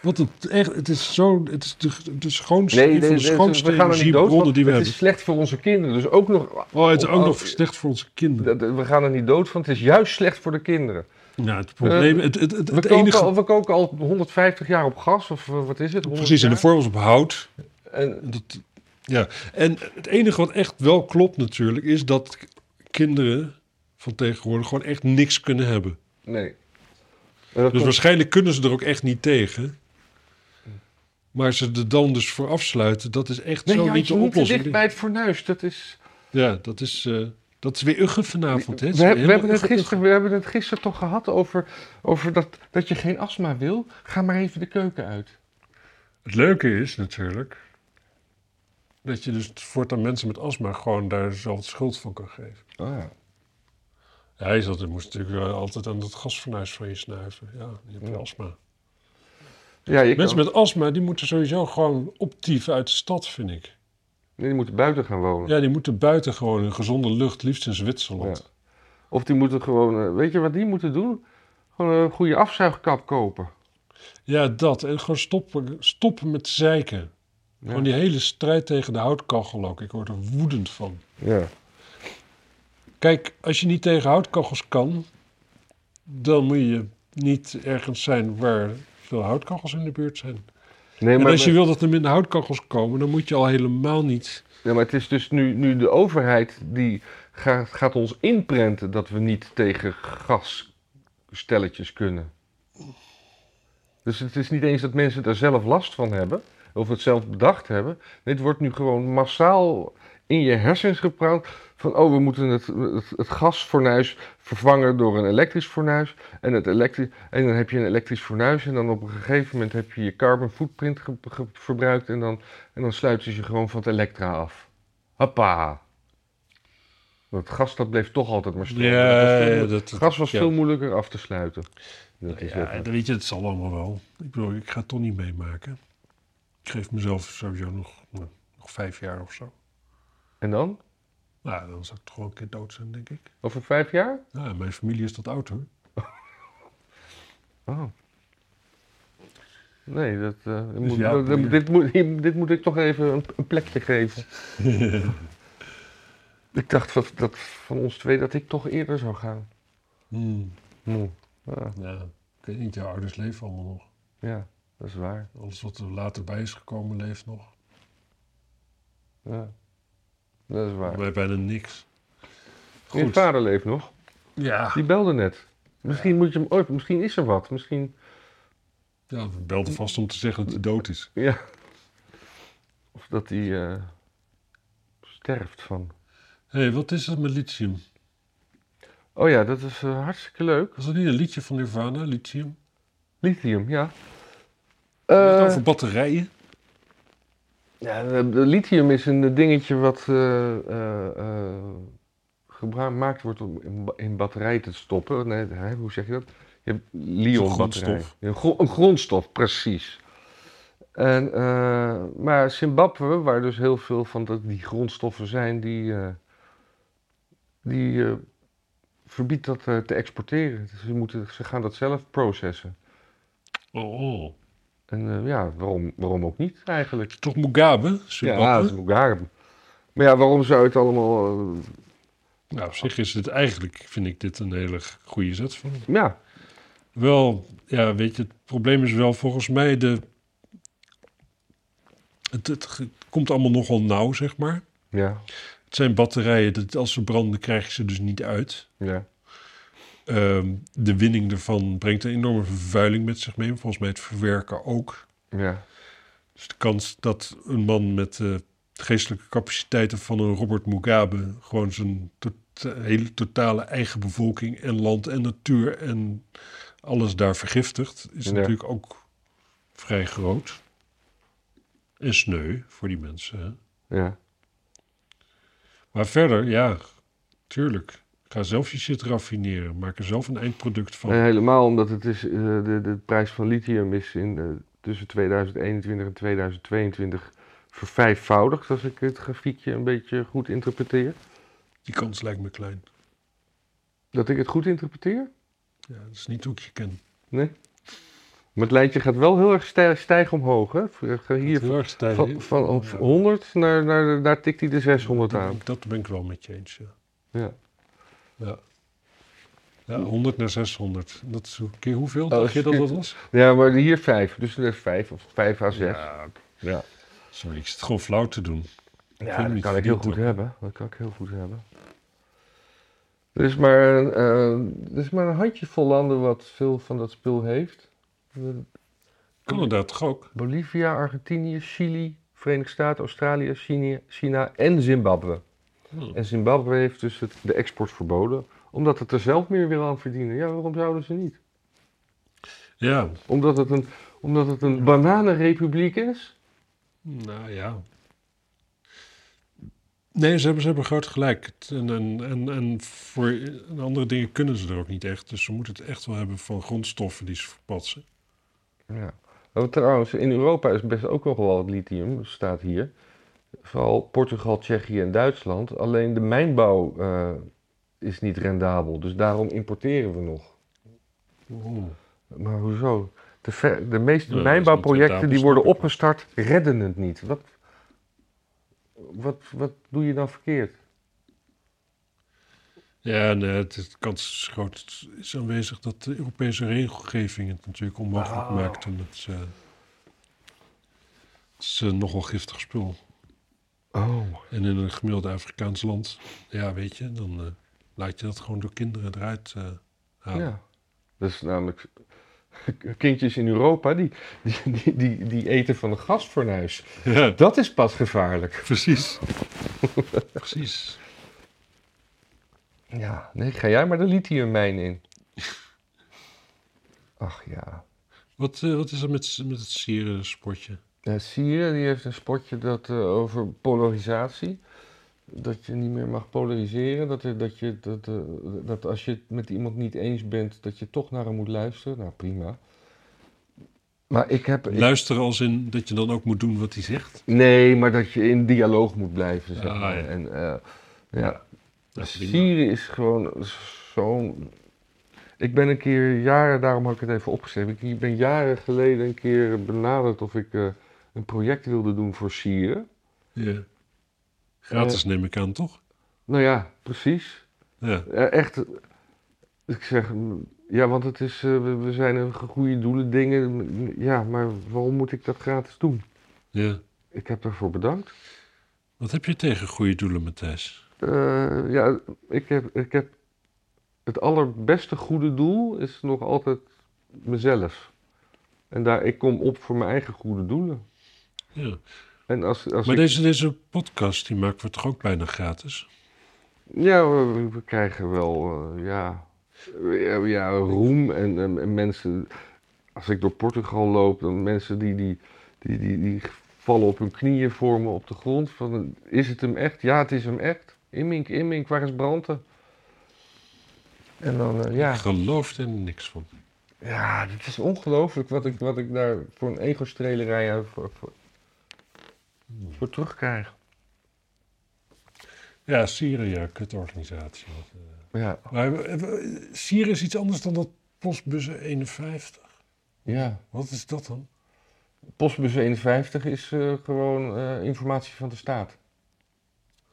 S2: Want het, echt, het is zo, het is de, de schoonste,
S1: Nee,
S2: een van
S1: nee,
S2: de
S1: nee,
S2: schoonste
S1: we gaan er niet dood
S2: energiebronnen
S1: van.
S2: die we
S1: het
S2: hebben.
S1: is slecht voor onze kinderen. Dus ook nog,
S2: Oh, het is
S1: op-
S2: ook
S1: oh,
S2: nog slecht voor onze kinderen.
S1: dat- we gaan er niet dood van. Het is juist slecht voor de kinderen.
S2: Nou, het probleem, het, het, het,
S1: Eh, We,
S2: het
S1: koken,
S2: enige...
S1: al, we koken al 150 jaar op gas, of eh, wat is het? 100
S2: Precies, en de
S1: jaar?
S2: vorm was op hout.
S1: En-
S2: En Dat, ja. En het enige wat echt wel klopt natuurlijk, is dat k- kinderen van tegenwoordig gewoon echt niks kunnen hebben.
S1: nee. En dat
S2: Dus
S1: komt-
S2: waarschijnlijk kunnen ze er ook echt niet tegen. Maar ze er dan dus voor afsluiten, dat is echt
S1: nee,
S2: zo
S1: ja,
S2: niet
S1: je
S2: de
S1: moet te
S2: oplossing.
S1: dicht bij het fornuis. Dat is...
S2: Ja, dat is, eh, dat is weer uggen vanavond.
S1: We,
S2: Hè? Het is
S1: hebben- we,
S2: helemaal
S1: hebben het
S2: ugge-
S1: gisteren, we hebben het gisteren toch gehad over, over dat, dat je geen astma wil. Ga maar even de keuken uit.
S2: Het leuke is natuurlijk dat je dus voortaan mensen met astma gewoon daar zelf de schuld van kan geven.
S1: Oh, ja.
S2: Ja, hij zat, hij moest natuurlijk wel altijd aan dat gasfornuis van je snuiven. Ja, je hebt
S1: Ja.
S2: astma.
S1: Ja, je
S2: Mensen
S1: kan-
S2: met astma, die moeten sowieso gewoon optief uit de stad, vind ik.
S1: nee, die moeten buiten gaan wonen.
S2: Ja, die moeten buiten gewoon in gezonde lucht, liefst in Zwitserland.
S1: Of die moeten gewoon, eh, weet je wat die moeten doen? Gewoon een goede afzuigkap kopen.
S2: Ja, dat. En gewoon stoppen, stoppen met zeiken.
S1: Ja.
S2: Gewoon die hele strijd tegen de houtkachel ook. Ik word er woedend van.
S1: Ja.
S2: Kijk, als je niet tegen houtkachels kan, dan moet je niet ergens zijn waar veel houtkachels in de buurt zijn.
S1: Nee,
S2: en
S1: maar,
S2: als je wil dat er minder houtkachels komen, dan moet je al helemaal niet.
S1: ja, maar het is dus nu, nu de overheid die gaat, gaat ons inprenten dat we niet tegen gasstelletjes kunnen. Dus het is niet eens dat mensen daar zelf last van hebben of het zelf bedacht hebben. Nee, het wordt nu gewoon massaal in je hersens gepraat van oh, we moeten het, het, het gasfornuis vervangen door een elektrisch fornuis. En, het elektri en dan heb je een elektrisch fornuis en dan op een gegeven moment heb je je carbon footprint ge- ge- verbruikt en dan, en dan sluiten ze je gewoon van het elektra af. Hoppa. Want het gas dat bleef toch altijd maar stromen.
S2: Ja,
S1: Het was veel-
S2: ja, dat-
S1: het gas was
S2: ja.
S1: veel moeilijker af te sluiten. Dat is
S2: Ja,
S1: echt-
S2: dat weet je, het zal allemaal wel. Ik bedoel, ik ga het toch niet meemaken. Ik geef mezelf sowieso nog, nou, nog vijf jaar of zo.
S1: En dan?
S2: Nou, dan zou ik toch wel een keer dood zijn, denk ik.
S1: Over vijf jaar?
S2: Nou, en mijn familie is dat oud, hoor.
S1: Oh. Nee, dat, eh, dat moet,
S2: Dus ja,
S1: dat- dat-
S2: boeien.
S1: dit, moet, hier- dit moet ik toch even een, een plekje geven. ik dacht dat, dat van ons twee dat ik toch eerder zou gaan.
S2: Hmm,
S1: Moe. Ja,
S2: ja, ik weet niet, jouw ouders leven allemaal nog.
S1: ja, dat is waar.
S2: Alles wat er later bij is gekomen, leeft nog.
S1: Ja. Dat is waar.
S2: Bij bijna niks.
S1: Je
S2: Goed.
S1: vader leeft nog.
S2: Ja,
S1: Die belde net. Misschien, moet je hem ooit, misschien is er wat. Misschien.
S2: ja we belden vast om te zeggen dat hij dood is.
S1: Ja. Of dat hij eh, sterft van.
S2: Hé, hey, wat is dat met lithium?
S1: Oh ja, dat is eh, hartstikke leuk.
S2: Was dat niet een liedje van Nirvana, lithium?
S1: Lithium, ja.
S2: Is het
S1: Eh,
S2: over batterijen?
S1: ja, eh, de- de lithium is een dingetje wat eh, eh, eh, gemaakt wordt om in, ba- in batterijen te stoppen. Nee, hè, hoe zeg je dat? Je hebt
S2: Zo'n
S1: lithium-batterij.
S2: grondstof.
S1: Een, gro- een grondstof, precies. En, eh, maar Zimbabwe, waar dus heel veel van dat, die grondstoffen zijn, die, eh, die eh, verbiedt dat eh, te exporteren. Dus ze, moeten, ze gaan dat zelf processen.
S2: Oh, oh.
S1: En eh, ja, waarom, waarom ook niet eigenlijk?
S2: Toch Mugabe?
S1: Ja,
S2: Zimbabwe?
S1: dat is Mugabe. Maar ja, waarom zou het allemaal... eh,
S2: Nou, op zich is dit eigenlijk, vind ik dit een hele goede zet van. hem.
S1: ja,
S2: Wel, ja, weet je, het probleem is wel volgens mij de. Het, het ge- komt allemaal nogal nauw, zeg maar.
S1: ja,
S2: Het zijn batterijen, dat als ze branden krijg je ze dus niet uit.
S1: ja.
S2: Ehm, de winning ervan brengt een enorme vervuiling met zich mee. Volgens mij het verwerken ook.
S1: ja.
S2: Dus de kans dat een man met de geestelijke capaciteiten van een Robert Mugabe gewoon zijn tot- hele totale eigen bevolking en land en natuur en alles daar vergiftigt, is
S1: Ja.
S2: natuurlijk ook vrij groot. En sneu voor die mensen. Hè?
S1: Ja.
S2: Maar verder, ja, tuurlijk. Ga zelf je shit raffineren. Maak er zelf een eindproduct van.
S1: En helemaal omdat het is, eh, de, de prijs van lithium is in, eh, tussen 2021 en 2022 vervijfvoudigd, als ik het grafiekje een beetje goed interpreteer.
S2: Die kans lijkt me klein.
S1: Dat ik het goed interpreteer?
S2: Ja, dat is niet hoe ik je ken.
S1: Nee. Maar het lijntje gaat wel heel erg stijg, stijg omhoog. Hè? Hier
S2: heel erg stijl.
S1: van, van op 100 naar, naar, daar tikt hij de 600
S2: dat,
S1: aan.
S2: ben ik- dat ben ik wel met je eens, ja.
S1: Ja.
S2: Ja. Ja, 100 naar 600. Dat is hoe- keer hoeveel
S1: Oh,
S2: dacht je dat dat
S1: shit.
S2: was?
S1: ja, maar hier 5. Dus er is 5 of 5 à 6.
S2: Ja,
S1: Ja,
S2: sorry, ik zit gewoon flauw te
S1: ja,
S2: doen. vind
S1: dat
S2: niet
S1: kan ik
S2: verdiend,
S1: heel goed
S2: hoor.
S1: hebben. Dat kan ik heel goed hebben. Er is maar, een, eh, er is maar een handjevol landen wat veel van dat spul heeft.
S2: Canada toch ook?
S1: Bolivia, Argentinië, Chili, Verenigde Staten, Australië, China, China en Zimbabwe.
S2: Hm.
S1: En Zimbabwe heeft dus het, de export verboden, omdat het er zelf meer wil aan verdienen. Ja, waarom zouden ze niet?
S2: Ja,
S1: Omdat het een, omdat het een bananenrepubliek is?
S2: nou ja. Nee, ze hebben, ze hebben groot gelijk. Het- En, en, en, en voor en andere dingen kunnen ze er ook niet echt. Dus ze moeten het echt wel hebben van grondstoffen die ze verpatsen.
S1: Ja. Maar trouwens, in Europa is best ook nog wel wat lithium, staat hier. Vooral Portugal, Tsjechië en Duitsland. Alleen de mijnbouw eh, is niet rendabel, dus daarom importeren we nog.
S2: Oeh.
S1: Maar hoezo? De, ver- de meeste
S2: Ja, dat is niet
S1: mijnbouwprojecten die
S2: rendabel,
S1: worden
S2: snap ik.
S1: opgestart, redden het niet. Wat, wat, wat doe je dan verkeerd?
S2: Ja, nee, het is, de kans is groot is aanwezig dat de Europese regelgeving het natuurlijk onmogelijk
S1: Ah.
S2: maakt. En het, eh, het is eh, nogal giftig spul.
S1: Oh.
S2: En in een gemiddeld Afrikaans land, ja, weet je, dan eh, laat je dat gewoon door kinderen eruit eh, halen.
S1: Ja. Dat is namelijk kindjes in Europa die, die, die, die, die eten van een gasfornuis.
S2: Ja,
S1: Dat is pas gevaarlijk.
S2: precies. precies.
S1: Ja, nee, ga jij maar de lithiummijn in. Ach ja.
S2: Wat, eh, wat is er met, s- met het sieren spotje?
S1: Ja, Sier die heeft een spotje dat, eh, over polarisatie. Dat je niet meer mag polariseren. Dat, er- dat, je, dat, eh, dat als je het met iemand niet eens bent, dat je toch naar hem moet luisteren. Nou, prima. Maar ik heb... ik-
S2: Luisteren als in dat je dan ook moet doen wat hij zegt?
S1: Nee, maar dat je in dialoog moet blijven. Zeg
S2: Ah,
S1: maar.
S2: ja.
S1: En, eh, ja.
S2: Ja, Nou, prima.
S1: Syrië is gewoon zo'n. Ik ben een keer jaren, daarom had ik het even opgeschreven. Ik ben jaren geleden een keer benaderd of ik eh, een project wilde doen voor Syrië.
S2: Ja. Gratis neem ik aan, toch?
S1: Nou ja, precies.
S2: Ja.
S1: Ja, echt. Ik zeg, mm, ja, want het is, eh, we, we zijn een goede doelen, dingen. mm, Ja, maar waarom moet ik dat gratis doen?
S2: ja.
S1: Ik heb daarvoor bedankt.
S2: Wat heb je tegen goede doelen, Matthijs?
S1: Eh, ja, ik heb, ik heb het allerbeste goede doel is nog altijd mezelf. En daar, ik kom op voor mijn eigen goede doelen.
S2: Ja.
S1: En als, als
S2: Maar
S1: ik-
S2: deze, deze podcast, die maken we toch ook bijna gratis?
S1: Ja, we, we krijgen wel, eh, ja, ja, ja, roem en, en, en mensen... Als ik door Portugal loop, dan mensen die, die, die, die, die vallen op hun knieën voor me op de grond. Van, is het hem echt? Ja, het is hem echt. Immink, immink, waar is Brante? En dan, eh, ja...
S2: Ik geloof er niks van.
S1: Ja, dit is ongelooflijk wat ik, wat ik daar voor een ego-strelerij aan voor, voor, voor terugkrijg.
S2: Ja, Sieren, ja, kutorganisatie. Wat, eh.
S1: Ja,
S2: Maar eh, Sieren is iets anders dan dat postbussen 51.
S1: ja.
S2: Wat is dat dan?
S1: Postbus 51 is eh, gewoon eh, informatie van de staat.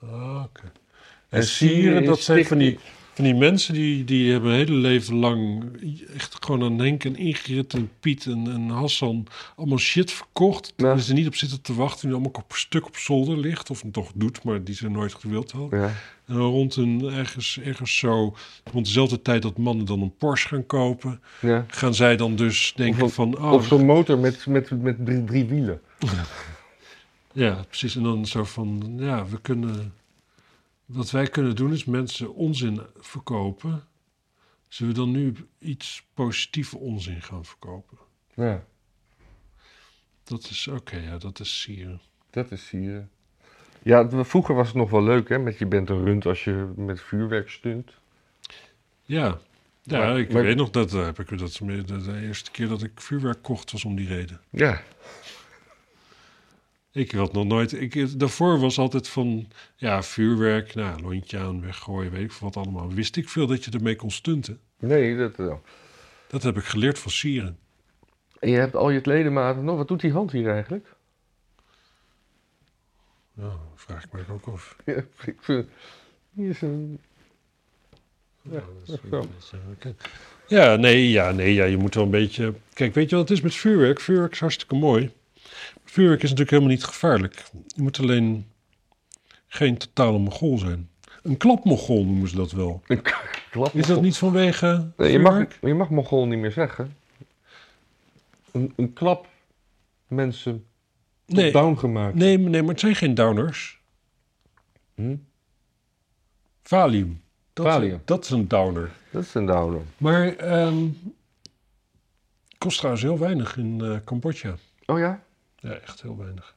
S2: Ah, oké.
S1: En
S2: En
S1: Sieren
S2: Sieren,
S1: is
S2: dat zijn van die,
S1: stichting-
S2: van die mensen die, die hebben hun hele leven lang echt gewoon aan Henk en Ingrid en Piet en, en Hassan allemaal shit verkocht.
S1: Ja.
S2: Waar ze niet op zitten te wachten, die allemaal op stuk op zolder ligt. Of het toch doet, maar die ze nooit gewild hadden.
S1: Ja.
S2: En dan rond een, ergens, ergens zo, rond dezelfde tijd dat mannen dan een Porsche gaan kopen,
S1: Ja.
S2: gaan zij dan dus denken
S1: Of
S2: van,
S1: Of
S2: oh,
S1: zo'n motor met, met, met drie, drie wielen.
S2: ja, precies. En dan zo van, ja, we kunnen, wat wij kunnen doen is mensen onzin verkopen, Zullen we dan nu iets positieve onzin gaan verkopen?
S1: Ja,
S2: Dat is oké, ja, dat is sieren.
S1: dat is hier. eh. Ja, d- vroeger was het nog wel leuk, hè? Met je bent een rund als je met vuurwerk stunt.
S2: Ja, ja
S1: Maar-
S2: ik
S1: maar-
S2: weet nog dat, eh, heb ik, dat is meer de, de eerste keer dat ik vuurwerk kocht was om die reden.
S1: Ja,
S2: Ik had nog nooit. Ik, eh, daarvoor was altijd van. Ja, vuurwerk. Nou, lontje aan, weggooien. Weet ik veel wat allemaal. Wist ik veel dat je ermee kon stunten.
S1: nee, dat wel.
S2: Dat heb ik geleerd van Sieren.
S1: En je hebt al je ledematen nog. Wat doet die hand hier eigenlijk?
S2: Nou, vraag ik me ook af.
S1: Ja, ik vind- Hier is een...
S2: Ja, dat is
S1: zo.
S2: een beetje- oké. Dus, eh, ja, nee, ja, nee, ja, je moet wel een beetje... Kijk, weet je wat het is met vuurwerk? Vuurwerk is hartstikke mooi. Vuurwerk is natuurlijk helemaal niet gevaarlijk. Je moet alleen geen totale mongool zijn. Een klapmongool noemen ze dat wel.
S1: een k- klap.
S2: Is dat niet vanwege
S1: Nee, je,
S2: vuurwerk?
S1: mag, je mag Mongool niet meer zeggen. Een, een klap mensen tot
S2: nee,
S1: down gemaakt.
S2: nee, nee, maar het zijn geen downers.
S1: Hm?
S2: Valium. Dat,
S1: Valium.
S2: dat is een downer.
S1: Dat is een downer.
S2: Maar ehm kost trouwens heel weinig in eh, Cambodja.
S1: Oh ja?
S2: Ja, echt heel weinig.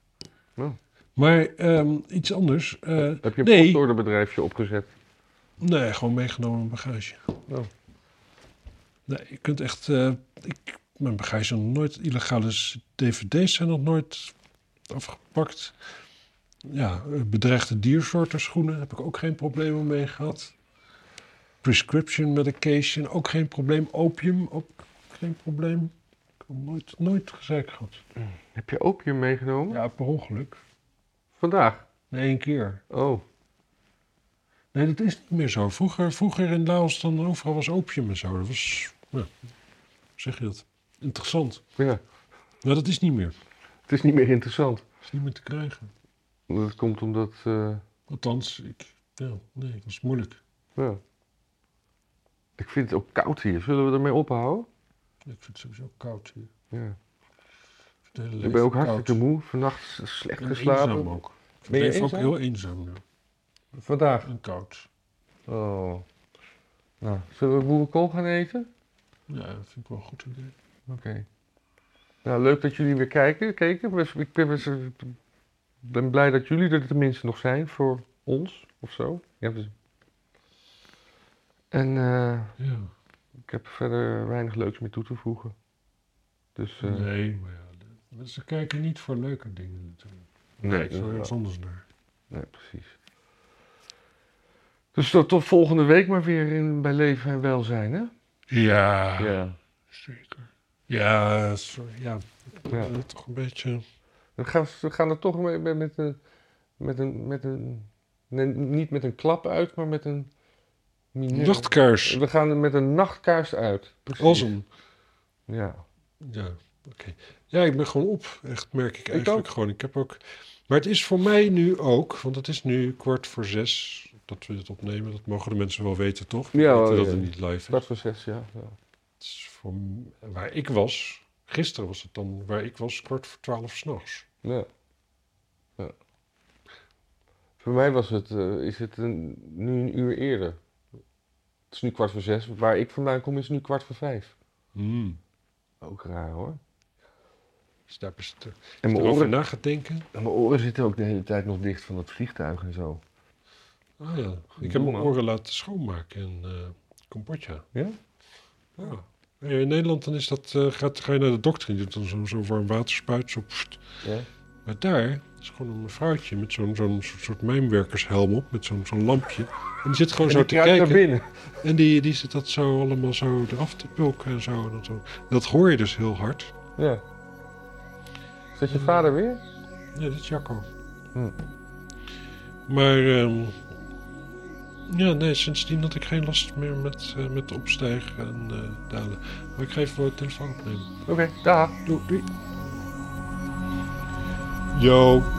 S1: Oh.
S2: Maar ehm, iets anders. eh,
S1: Heb je een
S2: Nee.
S1: postorderbedrijfje opgezet?
S2: nee, gewoon meegenomen in bagage.
S1: Oh.
S2: Nee, je kunt echt... eh, ik, mijn bagage is nog nooit illegale s- dvd's zijn nog nooit afgepakt. Ja, eh, bedreigde diersoorten schoenen heb ik ook geen problemen mee gehad. Prescription medication, ook geen probleem. Opium, ook geen probleem. Ik heb nooit, nooit gezeik gehad.
S1: Heb je opium meegenomen?
S2: Ja, per ongeluk.
S1: Vandaag?
S2: Nee, één keer.
S1: Oh.
S2: Nee, dat is niet meer zo. Vroeger, vroeger in Laos dan overal was opium en zo. Dat was, ja, hoe zeg je dat? Interessant.
S1: Ja.
S2: Maar dat is niet meer.
S1: Het is niet meer interessant.
S2: Dat is niet meer te krijgen.
S1: Dat komt omdat... eh,
S2: Althans, ik, ja, nee, dat is moeilijk.
S1: ja. Ik vind het ook koud hier. Zullen we ermee ophouden?
S2: Ik vind het sowieso koud hier.
S1: Ja.
S2: Ik, vind het hele
S1: Ik
S2: leven
S1: ben ook
S2: koud.
S1: hartstikke moe. Vannacht s- slecht
S2: En eenzaam
S1: geslapen.
S2: ook. Ik
S1: Ben je
S2: ben ook
S1: eenzaam?
S2: heel eenzaam nu.
S1: Vandaag?
S2: En koud.
S1: Oh. Nou, zullen we boerenkool gaan eten?
S2: Ja, dat vind ik wel een goed idee.
S1: Oké. Nou, leuk dat jullie weer kijken. keken. Best- Ik ben, best- ben blij dat jullie er tenminste nog zijn voor ons of zo. Ja, dus- En eh,
S2: Ja.
S1: ik heb verder weinig leuks meer toe te voegen. Dus eh,
S2: Nee, maar ja. de- Mensen kijken niet voor leuke dingen natuurlijk.
S1: nee,
S2: Ik zou
S1: dat-
S2: ergens anders naar.
S1: nee, precies. Dus tot, tot volgende week maar weer in, bij Leven en Welzijn, hè?
S2: Ja.
S1: Ja.
S2: Zeker. Ja, sorry, ja,
S1: ja.
S2: eh, toch een beetje.
S1: We gaan, we gaan er toch mee, met, met een. Met een, met een nee, niet met een klap uit, maar met een. mineer.
S2: Nachtkaars.
S1: We gaan er met een nachtkaars uit. Precies.
S2: Awesome.
S1: Ja.
S2: Ja, oké. Ja, ik ben gewoon op. Echt, merk ik eigenlijk
S1: ook.
S2: gewoon. Ik heb ook. Maar het is voor mij nu ook, want het is nu kwart voor zes dat we dit opnemen. Dat mogen de mensen wel weten, toch? Die
S1: Ja,
S2: weten
S1: wel,
S2: dat
S1: ja.
S2: het niet live is.
S1: Kwart voor zes, ja. ja.
S2: Het is voor m- waar ik was, gisteren was het dan waar ik was, kwart voor twaalf s'nachts.
S1: ja. Ja. Voor mij was het, eh, is het een, nu een uur eerder. Het is nu kwart voor zes. Waar ik vandaan kom is nu kwart voor vijf.
S2: Hmm.
S1: Ook raar hoor.
S2: Dus daar is het
S1: En mijn,
S2: over
S1: oren,
S2: na gaat denken.
S1: en mijn oren zitten ook de hele tijd nog dicht van dat vliegtuig en zo.
S2: Ah ja, ik
S1: Doe
S2: heb mijn
S1: maar.
S2: oren laten schoonmaken in eh Cambodja.
S1: Ja?
S2: Ja. Ja, In Nederland dan is dat, eh, gaat, ga je naar de dokter en die doet dan zo'n zo warm waterspuit. Zo, pst.
S1: Ja.
S2: Maar daar is gewoon een mevrouwtje met zo'n zo'n soort- soort mijnwerkershelm op, met zo'n zo'n lampje. En die zit gewoon
S1: En
S2: zo
S1: die
S2: te
S1: kruipt naar
S2: kijken.
S1: binnen.
S2: En die, die zit dat zo allemaal zo eraf te pulken en zo. En dat, zo. dat hoor je dus heel hard.
S1: Ja. Is dat je vader weer?
S2: Nee, dat is Jacco.
S1: Hm.
S2: Maar ehm, ja, nee, sindsdien had ik geen last meer met, eh, met opstijgen en eh, dalen. Maar ik ga even de telefoon opnemen.
S1: Oké, dag.
S2: Doei, doei. Yo.